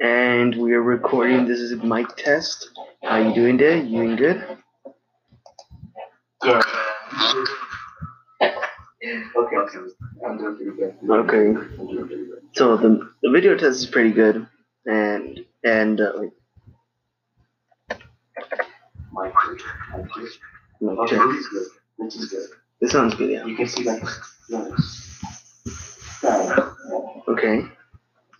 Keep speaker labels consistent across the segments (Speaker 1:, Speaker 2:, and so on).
Speaker 1: and we are recording. This is a mic test. How you doing, Dad? You doing good?
Speaker 2: Yeah. Okay, okay. I'm doing pretty good.
Speaker 1: Okay.
Speaker 2: I'm doing pretty good.
Speaker 1: So the, the video test is pretty good, and and uh, like,
Speaker 2: My crew. My
Speaker 1: mic
Speaker 2: crew. Okay,
Speaker 1: check.
Speaker 2: this is good. This is good.
Speaker 1: This sounds good, yeah.
Speaker 2: You can see that. Nice. Yeah.
Speaker 1: Okay.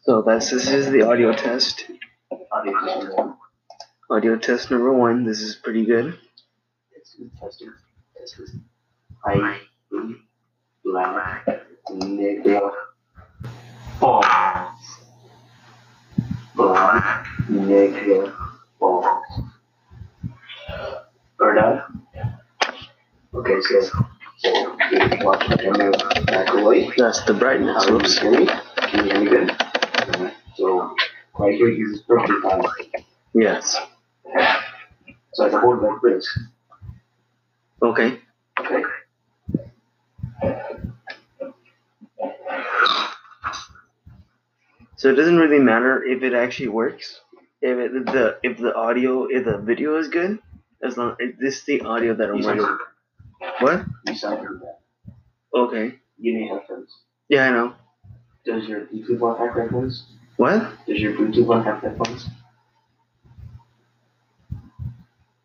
Speaker 1: So that's this is the audio test.
Speaker 2: I think this is one.
Speaker 1: Audio test number one. This is pretty good.
Speaker 2: This is testing. This is. I like nigga. Balls. Black nigga balls. Or not? Okay, so. so, Watch the camera back away.
Speaker 1: That's the brightness.
Speaker 2: How
Speaker 1: Whoops.
Speaker 2: oops, hear me? Can you hear me good? Alright, So, right here, this is perfectly fine.
Speaker 1: Yes.
Speaker 2: So I hold like this.
Speaker 1: Okay.
Speaker 2: Okay.
Speaker 1: So it doesn't really matter if it actually works. If it, the if the audio if the video is good, as long if this is the audio that I'm
Speaker 2: You sound
Speaker 1: running. What?
Speaker 2: You sound pretty bad.
Speaker 1: Okay.
Speaker 2: You need headphones.
Speaker 1: Yeah, I know.
Speaker 2: Does your Bluetooth one have headphones?
Speaker 1: What?
Speaker 2: Does your Bluetooth one have headphones?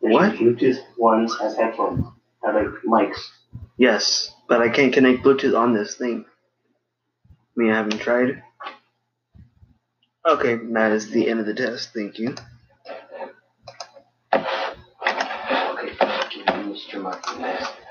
Speaker 2: Does
Speaker 1: What?
Speaker 2: Your Bluetooth ones has headphones. Have like mics.
Speaker 1: Yes, but I can't connect Bluetooth on this thing. I mean, I haven't tried. Okay, that is the end of the test. Thank you.
Speaker 2: Okay. Give me Mr. Mic.